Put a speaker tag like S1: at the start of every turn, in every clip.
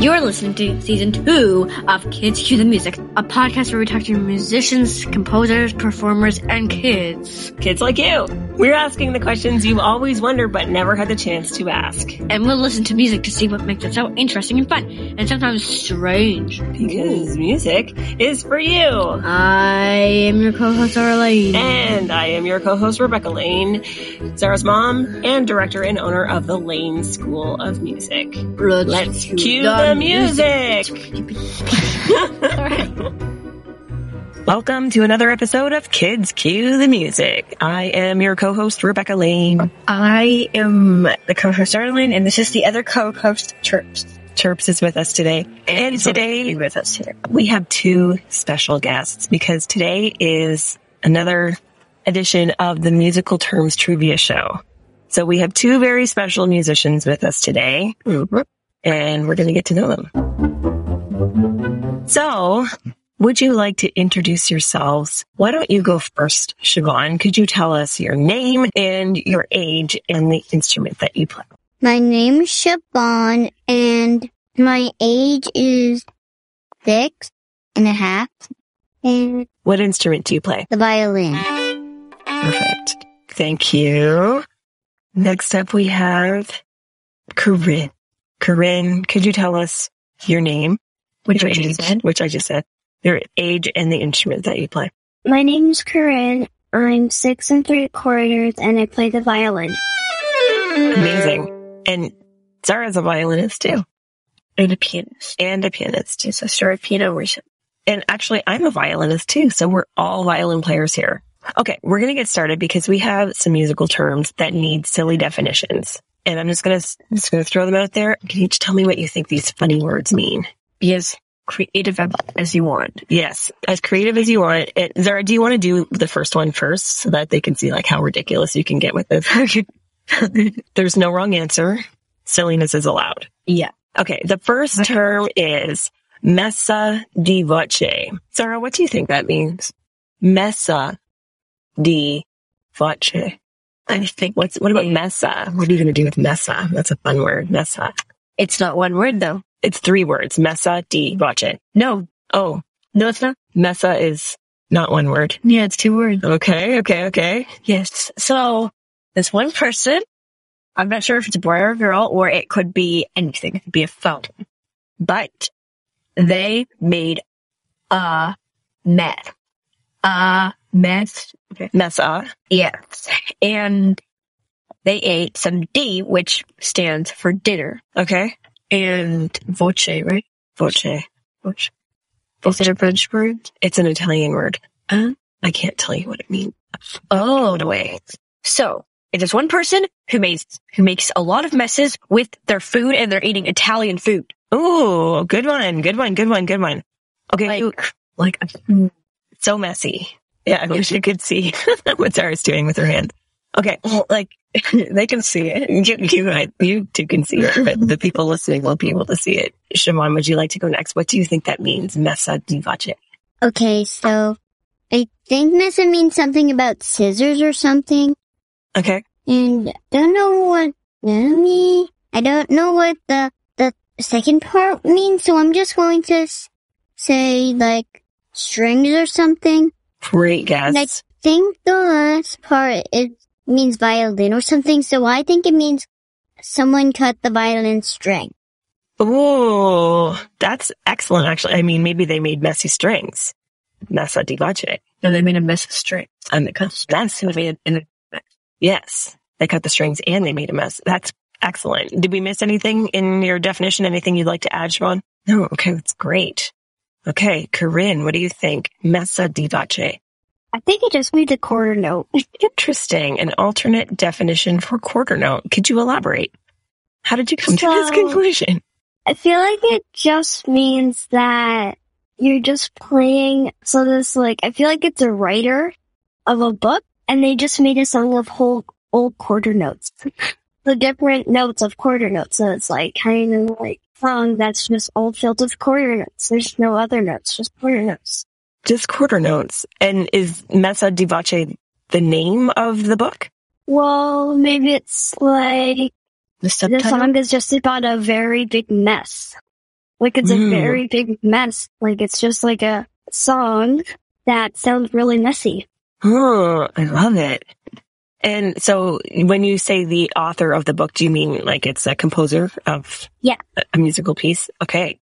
S1: You're listening to season two of Kids Cue the Music, a podcast where we talk to musicians, composers, performers, and kids.
S2: Kids like you. We're asking the questions you've always wondered but never had the chance to ask.
S1: And we'll listen to music to see what makes it so interesting and fun, and sometimes strange.
S2: Because music is for you.
S1: I am your co-host, Arlene.
S2: And I am your co host, Rebecca Lane, Sarah's mom and director and owner of the Lane School of Music.
S1: Let's,
S2: Let's cue the music. Welcome to another episode of Kids Cue the Music. I am your co host, Rebecca Lane.
S3: I am the co-host Arlene, and this is the other co-host Chirps.
S2: Chirps is with us today. And
S3: Be
S2: today
S3: with us here.
S2: we have two special guests because today is another edition of the Musical Terms Trivia Show. So we have two very special musicians with us today, and we're going to get to know them. So, would you like to introduce yourselves? Why don't you go first, Siobhan? Could you tell us your name and your age and the instrument that you play?
S4: My name is Siobhan, and my age is six and a half, and
S2: What instrument do you play?
S4: the violin.
S2: Perfect. Thank you. Next up, we have Corinne. Corinne, could you tell us your name,
S3: Which
S2: your
S3: way is it?
S2: which I just said, your age, and the instrument that you play?
S5: My name is Corinne. I'm six and three quarters, and I play the violin.
S2: Amazing. And Zara's a violinist too,
S3: And a pianist.
S2: and a pianist.
S3: It's a story of piano worship.
S2: And actually, I'm a violinist too, so we're all violin players here. Okay, we're going to get started because we have some musical terms that need silly definitions. And I'm just going to just going to throw them out there. Can you each tell me what you think these funny words mean?
S3: Be as creative as you want.
S2: Yes, as creative as you want. And Zara, do you want to do the first one first so that they can see like how ridiculous you can get with this? There's no wrong answer. Silliness is allowed.
S3: Yeah.
S2: Okay, the first term is messa di voce. Zara, what do you think that means? Messa di voce. I think what's what about messa? What are you going to do with messa? That's a fun word. Messa.
S3: It's not one word though.
S2: It's three words. Messa di voce.
S3: No,
S2: Oh,
S3: no, it's not.
S2: messa is not one word.
S3: Yeah, it's two words.
S2: Okay, okay, okay.
S3: Yes. So there's one person. I'm not sure if it's a boy or a girl, or it could be anything. It could be a fountain, but they made a mess. A mess.
S2: Messa.
S3: Yes. And they ate some D, which stands for dinner,
S2: Okay.
S3: and voce, right?
S2: Voce.
S3: Voce. Is it a French word?
S2: It's an Italian word.
S3: Huh?
S2: I can't tell you what it means.
S3: Oh,
S2: Put away.
S3: So it is one person who makes who makes a lot of messes with their food, and they're eating Italian food.
S2: Ooh, good one. Good one. Good one. Good one. Okay.
S3: Like-
S2: ooh,
S3: Like mm,
S2: so messy. Yeah. I wish you could see what Sarah's doing with her hand. Okay. Well, like they can see it. You, you, I- you two can see it, but the people listening won't be able to see it. Shimon, would you like to go next? What do you think that means? Messa di voce.
S4: Okay, so I think Nessa means something about scissors or something,
S2: Okay.
S4: and don't know what me. I don't know what the the second part means, so I'm just going to s- say like strings or something.
S2: Great guess.
S4: Like- think the last part it means violin or something, so I think it means someone cut the violin string.
S2: Oh, that's excellent. Actually, I mean, maybe they made messy strings. Messa di voce.
S3: no, they made a mess of string.
S2: And they cut that's
S3: They made a,
S2: yes, they cut the strings and they made a mess. That's excellent. Did we miss anything in your definition? Anything you'd like to add, Siobhan? No. Okay, that's great. Okay, Corinne, what do you think? Messa di voce.
S5: I think it just needs a quarter note.
S2: Interesting. An alternate definition for quarter note. Could you elaborate? How did you come to this
S5: So-
S2: conclusion?
S5: I feel like it just means that you're just playing. So this, like, I feel like it's a writer of a book, and they just made a song of whole old quarter notes, the different notes of quarter notes. So it's like kind of like song that's just all filled with quarter notes. There's no other notes, just quarter notes.
S2: Just quarter notes. And is Messa di voce the name of the book?
S5: Well, maybe it's like
S3: the
S5: The
S3: subtitle.
S5: song is just about a very big mess. Like it's a
S2: Mm.
S5: very big mess. Like it's just like a song that sounds really messy.
S2: Oh, I love it. And so when you say the author of the book, do you mean like it's a composer of
S5: Yeah.
S2: a- a musical piece? Okay.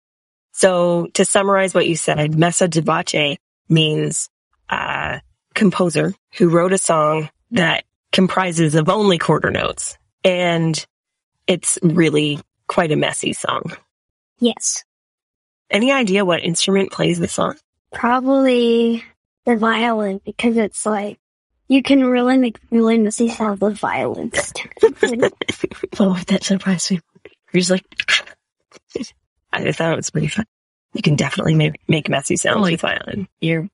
S2: So to summarize what you said, Messa Divace means uh, composer who wrote a song that comprises of only quarter notes. And it's really quite a messy song.
S5: Yes.
S2: Any idea what instrument plays the song?
S5: Probably the violin because it's like you can really make really messy sounds with violins.
S2: Oh, that surprised me. You're just like, I thought it was pretty fun. You can definitely make, make messy sounds
S3: Holy-
S2: with violin.
S3: your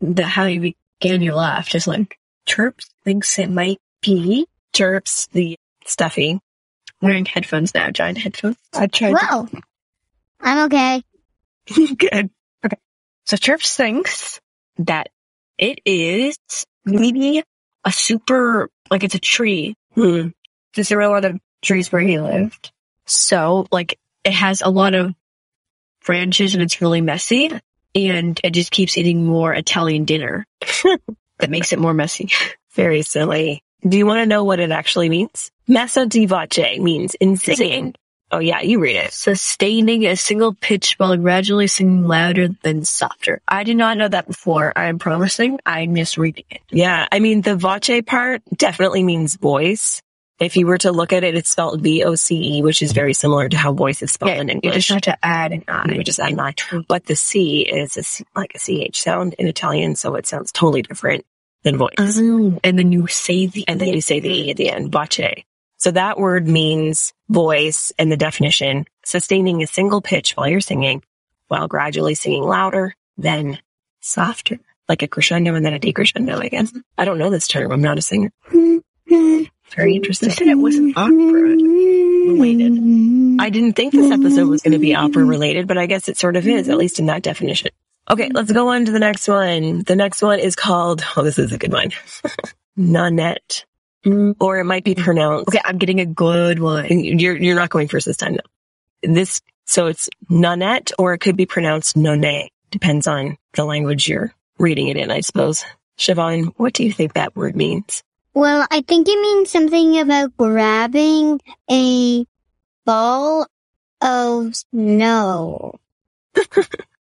S3: the how you began your laugh, just like chirps thinks it might be
S2: Chirps, the stuffy.
S3: wearing headphones now, giant headphones.
S2: I tried.
S4: Whoa. I'm okay.
S2: Good.
S3: So chirps thinks that it is maybe a super like it's a tree.
S2: Hmm.
S3: Because there were a lot of trees where he lived. So like it has a lot of branches and it's really messy and it just keeps eating more Italian dinner. that makes it more messy.
S2: Very silly. Do you want to know what it actually means? Massa di voce means insane. Oh yeah, you read it.
S3: sustaining a single pitch while gradually singing louder than softer. I did not know that before. I'm promising I'm misreading it.
S2: Yeah. I mean, the voce part definitely means voice. If you were to look at it, it's spelled V-O-C-E, E, which is very similar to how voice is spelled in
S3: You just
S2: English.
S3: have to add an
S2: I
S3: I.
S2: would just add an I. But the C is a C, like a CH sound in Italian, so it sounds totally different than voice.
S3: Mm. And then you say the
S2: And then you say the E at the end, voce. So that word means voice and the definition, sustaining a single pitch while you're singing, while gradually singing louder, then softer, like a crescendo and then a decrescendo, I guess. I don't know this term. I'm not a singer. Very interesting.
S3: said it wasn't opera related.
S2: I didn't think this episode was going to be opera related, but I guess it sort of is, at least in that definition. Okay, let's go on to the next one. The next one is called, oh, this is a good one. Nanette.
S3: Mm.
S2: Or it might be pronounced.
S3: Okay, I'm getting a good one.
S2: You're, you're not going first this time, though. This, so it's Nanette, or it could be pronounced Nonet. Depends on the language you're reading it in, I suppose. Siobhan, what do you think that word means?
S4: Well, I think it means something about grabbing a ball of snow.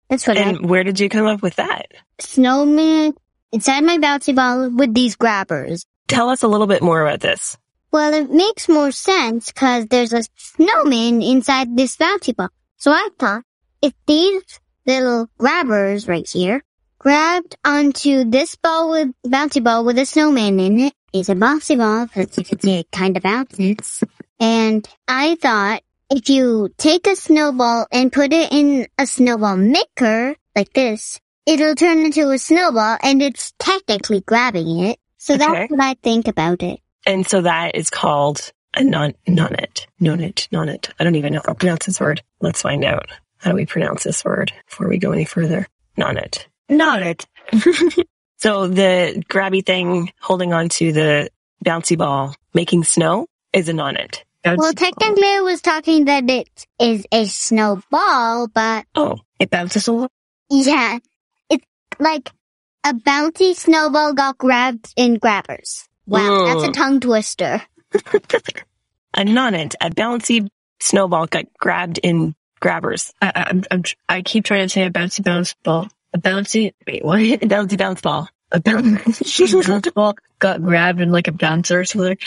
S4: That's what I
S2: And where did you come up with that?
S4: snowman inside my bouncy ball with these grabbers.
S2: Tell us a little bit more about this.
S4: Well, it makes more sense because there's a snowman inside this bouncy ball. So I thought if these little grabbers right here grabbed onto this ball with bouncy ball with a snowman in it, it's a bouncy ball because it kind of bounces. And I thought if you take a snowball and put it in a snowball maker like this, it'll turn into a snowball and it's technically grabbing it. So
S2: Okay.
S4: that's what I think about it.
S2: And so that is called a non nonet. Nonet, nonet. I don't even know how to pronounce this word. Let's find out. How do we pronounce this word before we go any further? Nonet.
S3: Not it.
S2: So the grabby thing holding on to the bouncy ball making snow is a nonet.
S4: Well, technically, I was talking that it is a snowball, but
S2: Oh,
S3: it bounces a lot.
S4: yeah, it's like a bouncy snowball got grabbed in grabbers. Wow, that's a
S2: Mm.
S4: tongue twister.
S2: a nonet, a bouncy snowball got grabbed in grabbers.
S3: I, I- I'm, I'm, tr- I keep trying to say a bouncy bounce ball. A bouncy, wait, what?
S2: A bouncy bounce ball.
S3: A bouncy bounce ball got grabbed in like a bouncer or something.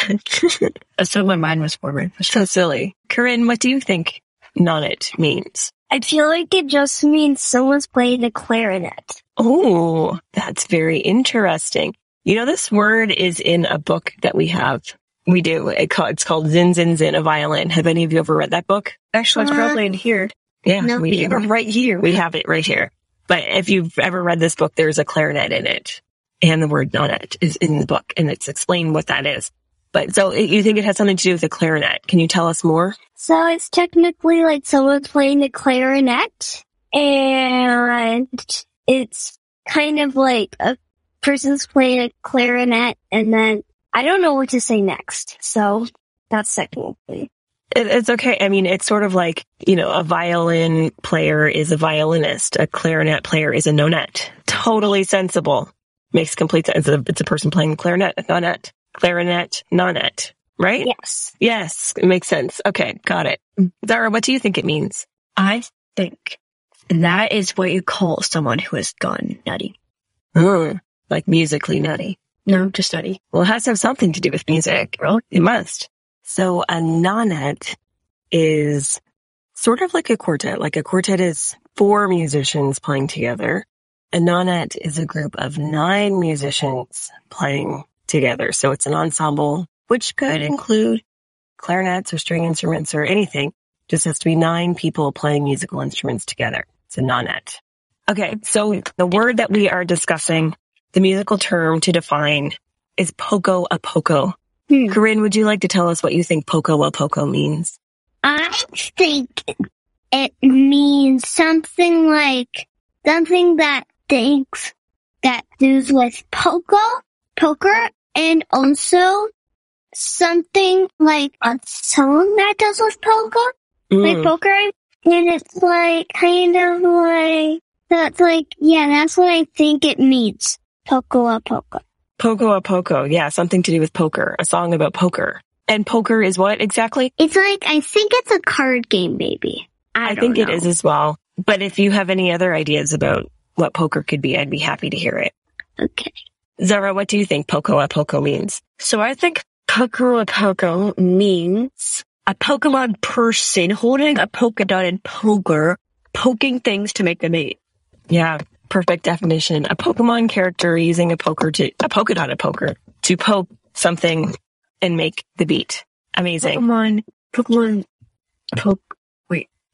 S3: That's what my mind was forming.
S2: So silly. Corinne, what do you think nonet means?
S5: I feel like it just means someone's playing the clarinet.
S2: Oh, that's very interesting. You know, this word is in a book that we have. We do. It ca- it's called Zin Zin Zin, a violin. Have any of you ever read that book?
S3: Actually, it's probably in here.
S2: Yeah,
S4: No.
S2: we do.
S3: Right here.
S2: We have it right here. But if you've ever read this book, there's a clarinet in it and the word nonet is in the book and it's explained what that is. But so it, you think it has something to do with a clarinet. Can you tell us more?
S5: So it's technically like someone's playing the clarinet and it's kind of like a person's playing a clarinet and then I don't know what to say next. So that's technically.
S2: It, it's okay. I mean, it's sort of like, you know, a violin player is a violinist, a clarinet player is a nonette. Totally sensible. Makes complete sense. It's a, it's a person playing clarinet, a nonette, clarinet, nonette, right?
S5: Yes.
S2: Yes, it makes sense. Okay, got it. Zara, what do you think it means?
S3: I think that is what you call someone who has gone nutty.
S2: Hmm, like musically nutty.
S3: No, just nutty.
S2: Well, it has to have something to do with music.
S3: Really?
S2: It must. So a nonet is sort of like a quartet. Like a quartet is four musicians playing together. A nonet is a group of nine musicians playing together. So it's an ensemble, which could include clarinets or string instruments or anything. Just has to be nine people playing musical instruments together. It's a nonet. Okay. So the word that we are discussing, the musical term to define is poco a poco.
S4: Hmm.
S2: Corinne, would you like to tell us what you think poco a poco means?
S4: I think it means something like something that thinks that deals with poker, poker, and also something like a song that deals with poker, like
S2: Mm.
S4: poker, and it's like kind of like that's like yeah, that's what I think it means. Poker, poker.
S2: Poco a poco. Yeah, something to do with poker, a song about poker. And poker is what exactly?
S4: It's like I think it's a card game, maybe. I, don't
S2: think it
S4: know.
S2: is as well. But if you have any other ideas about what poker could be, I'd be happy to hear it.
S4: Okay.
S2: Zara, what do you think poco a poco means?
S3: So I think Pokemon Poco means a Pokemon person holding a polka dot in poker, poking things to make them eat.
S2: Yeah, perfect definition. A Pokemon character using a poker to a polka dot a poker to poke something and make the beat. Amazing.
S3: Pokemon, Pokemon, poke.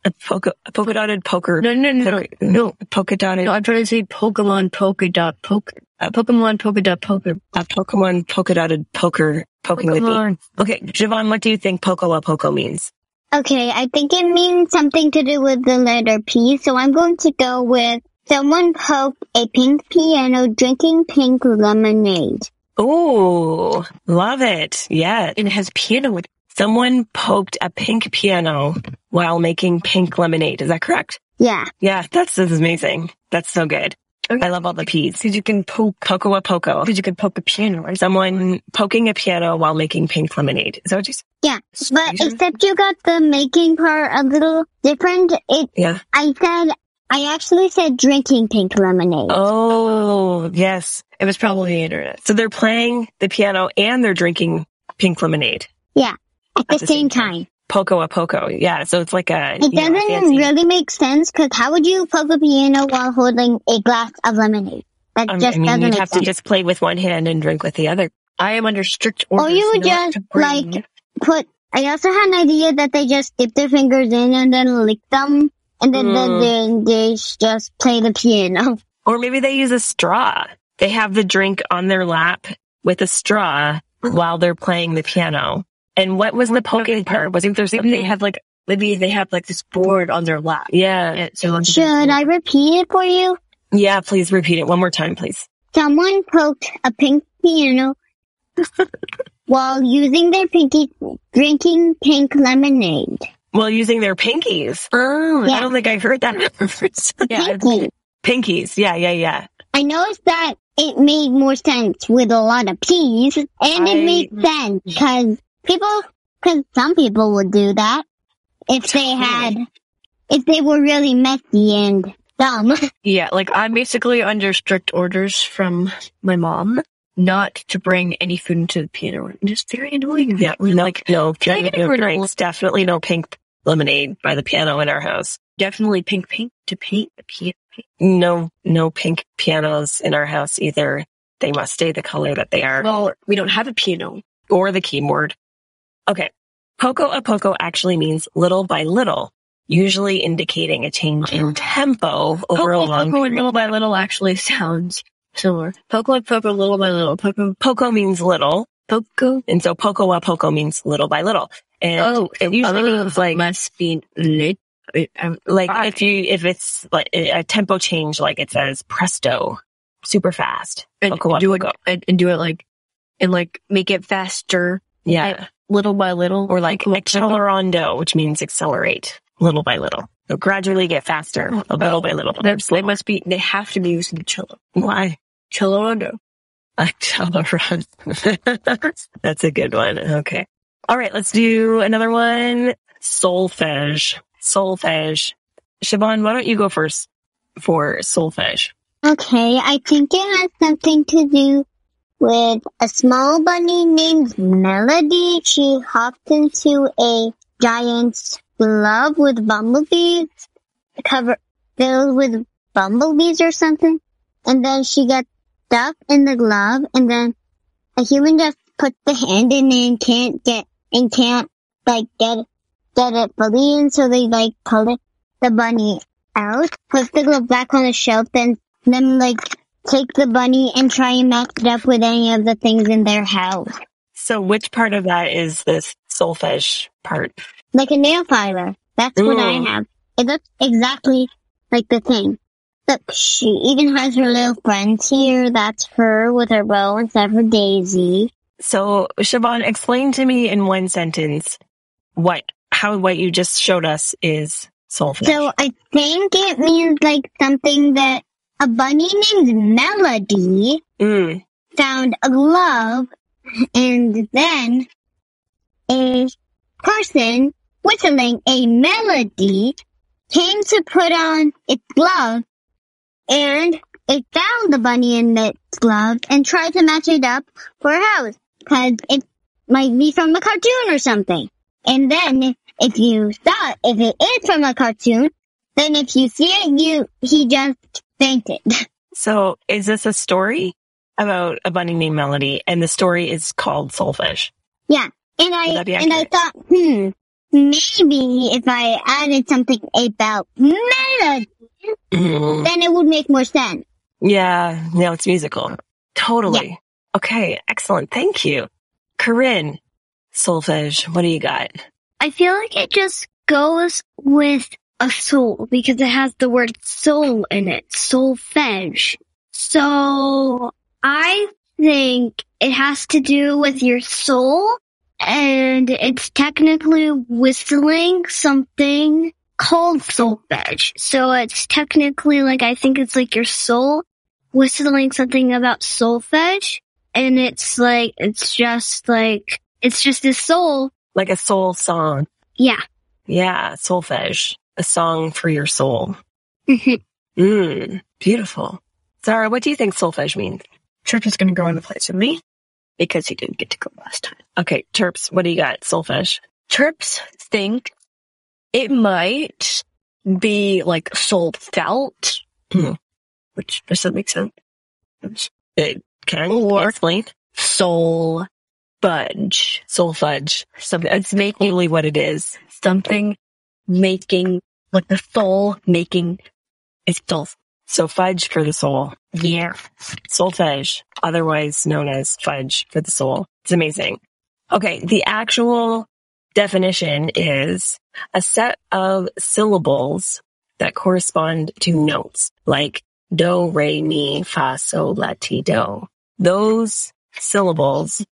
S2: A polka a polka dotted poker.
S3: No, no, no, no,
S2: Polka, no, polka dotted
S3: no. I'm trying to say Pokemon polka dot poke. Uh, Pokemon polka dot poker.
S2: a uh, Pokemon polka dotted poker poking the beat.
S3: E.
S2: Okay, Javon, what do you think poco a poco means?
S4: Okay, I think it means something to do with the letter P, so I'm going to go with someone poked a pink piano drinking pink lemonade.
S2: Ooh, love it. Yeah.
S3: And it has piano with.
S2: Someone poked a pink piano while making pink lemonade. Is that correct?
S4: Yeah.
S2: Yeah, that's, this is amazing. That's so good. I love all the peas.
S3: Because you can poke.
S2: Poco a poco.
S3: Because you can poke a piano. Right?
S2: Someone poking a piano while making pink lemonade. Is that what you said?
S4: Yeah. But
S2: Squeezer?
S4: except you got the making part a little different. It
S2: Yeah.
S4: I said I actually said drinking pink lemonade.
S2: Oh, yes.
S3: It was probably the internet.
S2: So they're playing the piano and they're drinking pink lemonade.
S4: at the, same time.
S2: Poco a poco. Yeah. So it's like a,
S4: It
S2: you know, a
S4: doesn't
S2: fancy-
S4: really make sense because how would you poke a piano while holding a glass of lemonade? That
S2: Um,
S4: just
S2: I mean,
S4: doesn't
S2: you'd
S4: make
S2: have to
S4: sense.
S2: just play with one hand and drink with the other.
S3: I am under strict
S4: Or
S3: orders.
S4: Oh, you would
S3: not
S4: just,
S3: to bring-
S4: like, put. I also had an idea that they just dip their fingers in and then lick them, and then, then,
S2: Mm.
S4: then they sh- just play the piano.
S2: Or maybe they use a straw. They have the drink on their lap with a straw while they're playing the piano. And what was the poking part? Wasn't there
S3: Maybe they
S2: something?
S3: have like maybe they have like this board on their lap.
S2: Yeah.
S3: And so like,
S4: Should I repeat it for you?
S2: Yeah. Please repeat it one more time, please.
S4: Someone poked a pink piano while using their pinky, drinking pink lemonade.
S2: Well, using their pinkies. Oh, I
S4: Yeah.
S2: don't think I've heard that.
S3: Yeah,
S4: Pinky.
S2: pinkies. Yeah. Yeah. Yeah.
S4: I noticed that it made more sense with a lot of peas, and
S2: I-
S4: it made sense because people, because some people would do that if they had, if they were really messy and dumb.
S3: yeah. Like I'm basically under strict orders from my mom not to bring any food into the piano room. It's very annoying.
S2: Yeah. No, like, no,
S3: can I
S2: no
S3: get a granola?
S2: drinks. Definitely no pink lemonade by the piano in our house.
S3: Definitely pink paint to paint the piano.
S2: No, no pink pianos in our house either. They must stay the color that they are.
S3: Well, we don't have a piano.
S2: or the keyboard. Okay. Poco a poco actually means little by little, usually indicating a change in tempo over a
S3: Poco,
S2: long
S3: poco, and
S2: period.
S3: little by little actually sounds similar. Poco and poco, little by little. Poco,
S2: Poco means little,
S3: poco.
S2: and so poco a poco means little by little. And
S3: Oh,
S2: it usually means like
S3: must be lit. um, I- I'm-
S2: like
S3: I-
S2: if you if it's like a a tempo change, like it says presto, super fast.
S3: and
S2: Poco a
S3: do it
S2: poco.
S3: and, and do it like and like make it faster.
S2: Yeah,
S3: little by little.
S2: or like accelerando, which means accelerate little by little. So gradually get faster, little by little.
S3: That's, they must be, they have to be using cello.
S2: Why?
S3: Cello
S2: Accelerando. That's a good one. Okay. All right. Let's do another one. Solfege. Solfege. Siobhan, why don't you go first for solfege?
S4: Okay, I think it has something to do with a small bunny named Melody. She hopped into a giant glove with bumblebees, cover filled with bumblebees or something, and then she got stuck in the glove, and then a human just put the hand in and can't get and can't like get get it fully, and so they like pull it, the bunny out, put the glove back on the shelf, and then like take the bunny and try and match it up with any of the things in their house,
S2: So which part of that is this solfege part?
S4: like a nail filer. That's what I
S2: Ooh.
S4: have. It looks exactly like the thing. Look, she even has her little friends here. That's her with her bow instead of her daisy.
S2: So Siobhan, explain to me in one sentence what, how what you just showed us is solfege.
S4: So I think it means like something that a bunny named Melody
S2: Mm.
S4: found a glove and then a person whistling a melody came to put on its glove and it found the bunny in its glove and tried to match it up for a house because it might be from a cartoon or something. And then if you saw if it is from a cartoon, then if you see it, you he just fainted.
S2: So is this a story about a bunny named Melody and the story is called solfege?
S4: And I
S2: Would that be
S4: and I
S2: accurate?
S4: thought, hmm, maybe if I added something about melody, then it would make more sense.
S2: Yeah, no, it's musical. Totally. Okay, excellent. Thank you. Corinne, solfege, what do you got?
S5: I feel like it just goes with a soul because it has the word soul in it, solfege. So I think it has to do with your soul and it's technically whistling something called solfege. So it's technically like, I think it's like your soul whistling something about solfege and it's like, it's just like, it's just this soul.
S2: Like a soul song.
S5: Yeah.
S2: Yeah, solfege, a song for your soul.
S5: Mhm.
S2: Mm, beautiful. Zara, what do you think solfege means?
S3: Church is going to go into place with me because he didn't get to go last time.
S2: Okay, Terps, what do you got? Solfege.
S3: Chirps think it might be like soul felt,
S2: Hmm.
S3: which does that make sense?
S2: Can you
S3: Or-
S2: explain?
S3: Soul budge,
S2: Solfege.
S3: something it's making
S2: Totally what it is.
S3: something making like the soul making itself.
S2: So fudge for the soul.
S3: Yeah.
S2: Solfege, otherwise known as fudge for the soul. It's amazing. Okay, the actual definition is a set of syllables that correspond to notes like do, re, mi, fa, sol, la, ti, do. Those syllables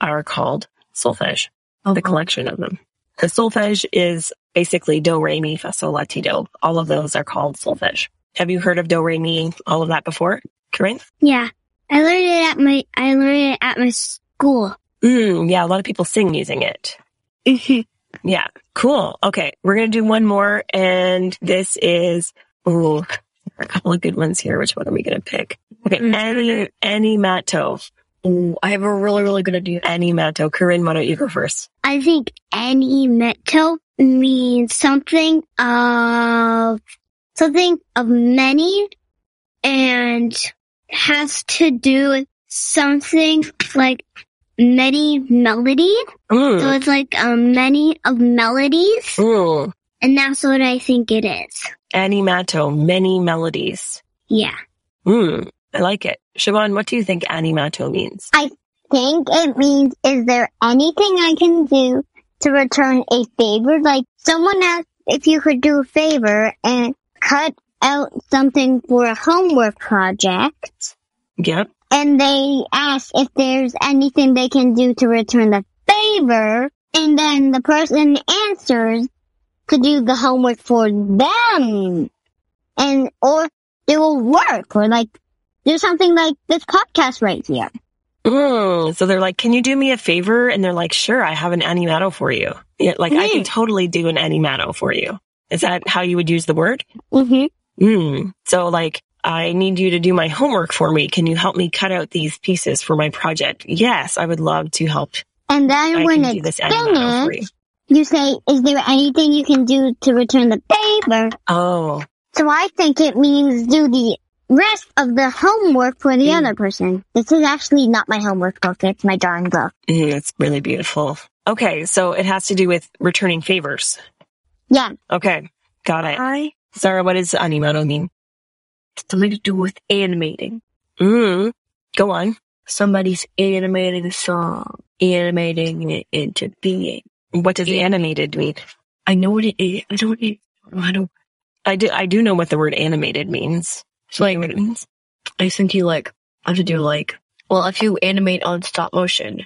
S2: are called solfege, the collection of them. The solfege is basically do, re, mi, fa, sol, la, ti, do. All of those are called solfege. Have you heard of do, re, mi, all of that before, Corinne?
S5: Yeah, I learned it at my I learned it at my school.
S2: Mm, yeah, a lot of people sing using it. Yeah, cool. Okay, we're gonna do one more, and this is ooh, there are a couple of good ones here. Which one are we gonna pick? Okay,
S3: Mm.
S2: any any matto,
S3: Ooh, I have a really really good idea.
S2: any matto. Corinne, why don't you go first?
S5: I think any metal means something of something of many and has to do with something like many melody. So
S2: Mm,
S5: it's like um, many of melodies,
S2: mm.
S5: and that's what I think it is.
S2: Any matto, many melodies.
S5: Yeah.
S2: Mm, I like it. Siobhan, what do you think animato means?
S4: Think it means is there anything I can do to return a favor? Like someone asked if you could do a favor and cut out something for a homework project
S2: Yep.
S4: and they asked if there's anything they can do to return the favor And then the person answers could do the homework for them. And, or it will work or like do something like this podcast right here.
S2: Mm, so they're like, "Can you do me a favor?" And they're like, "Sure, I have an animato for you. Yeah, like I can totally do an animato for you." Is that how you would use the word?
S4: Mm-hmm.
S2: Mm. So like, I need you to do my homework for me. Can you help me cut out these pieces for my project? Yes, I would love to help.
S4: And then
S2: I
S4: when
S2: can do
S4: it's
S2: this animato for you.
S4: finished, you say, is there anything you can do to return the favor?
S2: Oh,
S4: So I think it means do the rest of the homework for the
S2: Mm.
S4: other person. This is actually not my homework book, it's my drawing book.
S2: mm, that's really beautiful. Okay, so it has to do with returning favors.
S4: Yeah.
S2: Okay, got it.
S3: I
S2: Sarah, what does animato mean?
S3: something to do with animating.
S2: Mm. Go on.
S3: Somebody's animating a song, animating it into being.
S2: What does animated mean?
S3: I know what it is. I don't even I don't
S2: I do I do know what the word animated means.
S3: it's like
S2: what it means?
S3: I think you like have to do like well if you animate on stop motion,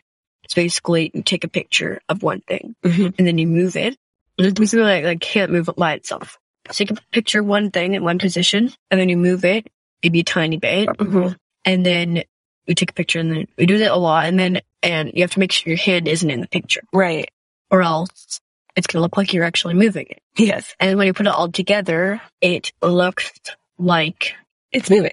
S3: it's basically you take a picture of one thing
S2: Mhm.
S3: and then you move it. And It's basically like like can't move it by itself. Take a picture of one thing in one position and then you move it maybe a tiny bit
S2: mm-hmm.
S3: and then you take a picture and then we do that a lot and then and you have to make sure your hand isn't in the picture
S2: Right.
S3: or else it's gonna look like you're actually moving it.
S2: Yes.
S3: And when you put it all together, it looks like
S2: It's moving.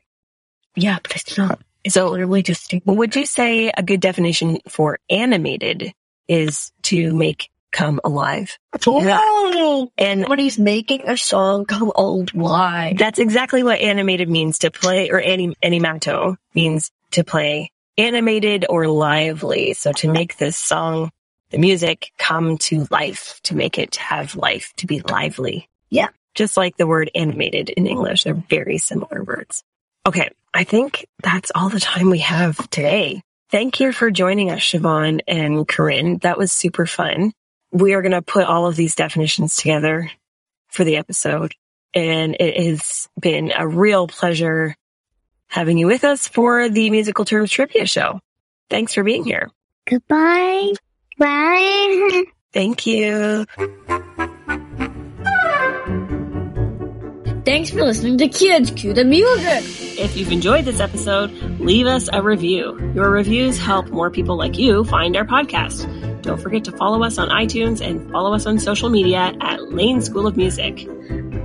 S3: yeah, but it's not. It's
S2: So-
S3: literally just a
S2: Well, would you say a good definition for animated is to make come alive?
S3: Oh,
S2: And
S3: somebody's making a song come old. Why?
S2: that's exactly what animated means to play, or anim- animato means to play animated or lively. So to make this song, the music come to life, to make it have life, to be lively.
S3: Yeah.
S2: Just like the word animated in English, they're very similar words. Okay. I think that's all the time we have today. Thank you for joining us, Siobhan and Corinne. That was super fun. We are going to put all of these definitions together for the episode. And it has been a real pleasure having you with us for the musical terms trivia show. Thanks for being here.
S4: Goodbye. Bye.
S2: Thank you.
S1: Thanks for listening to Kids Cue the Music.
S2: If you've enjoyed this episode, leave us a review. Your reviews help more people like you find our podcast. Don't forget to follow us on iTunes and follow us on social media at Lane School of Music.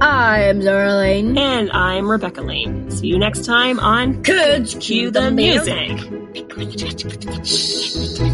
S1: I am Zara Lane.
S2: And I'm Rebecca Lane. See you next time on
S1: Kids
S2: Cue the Music.
S1: music.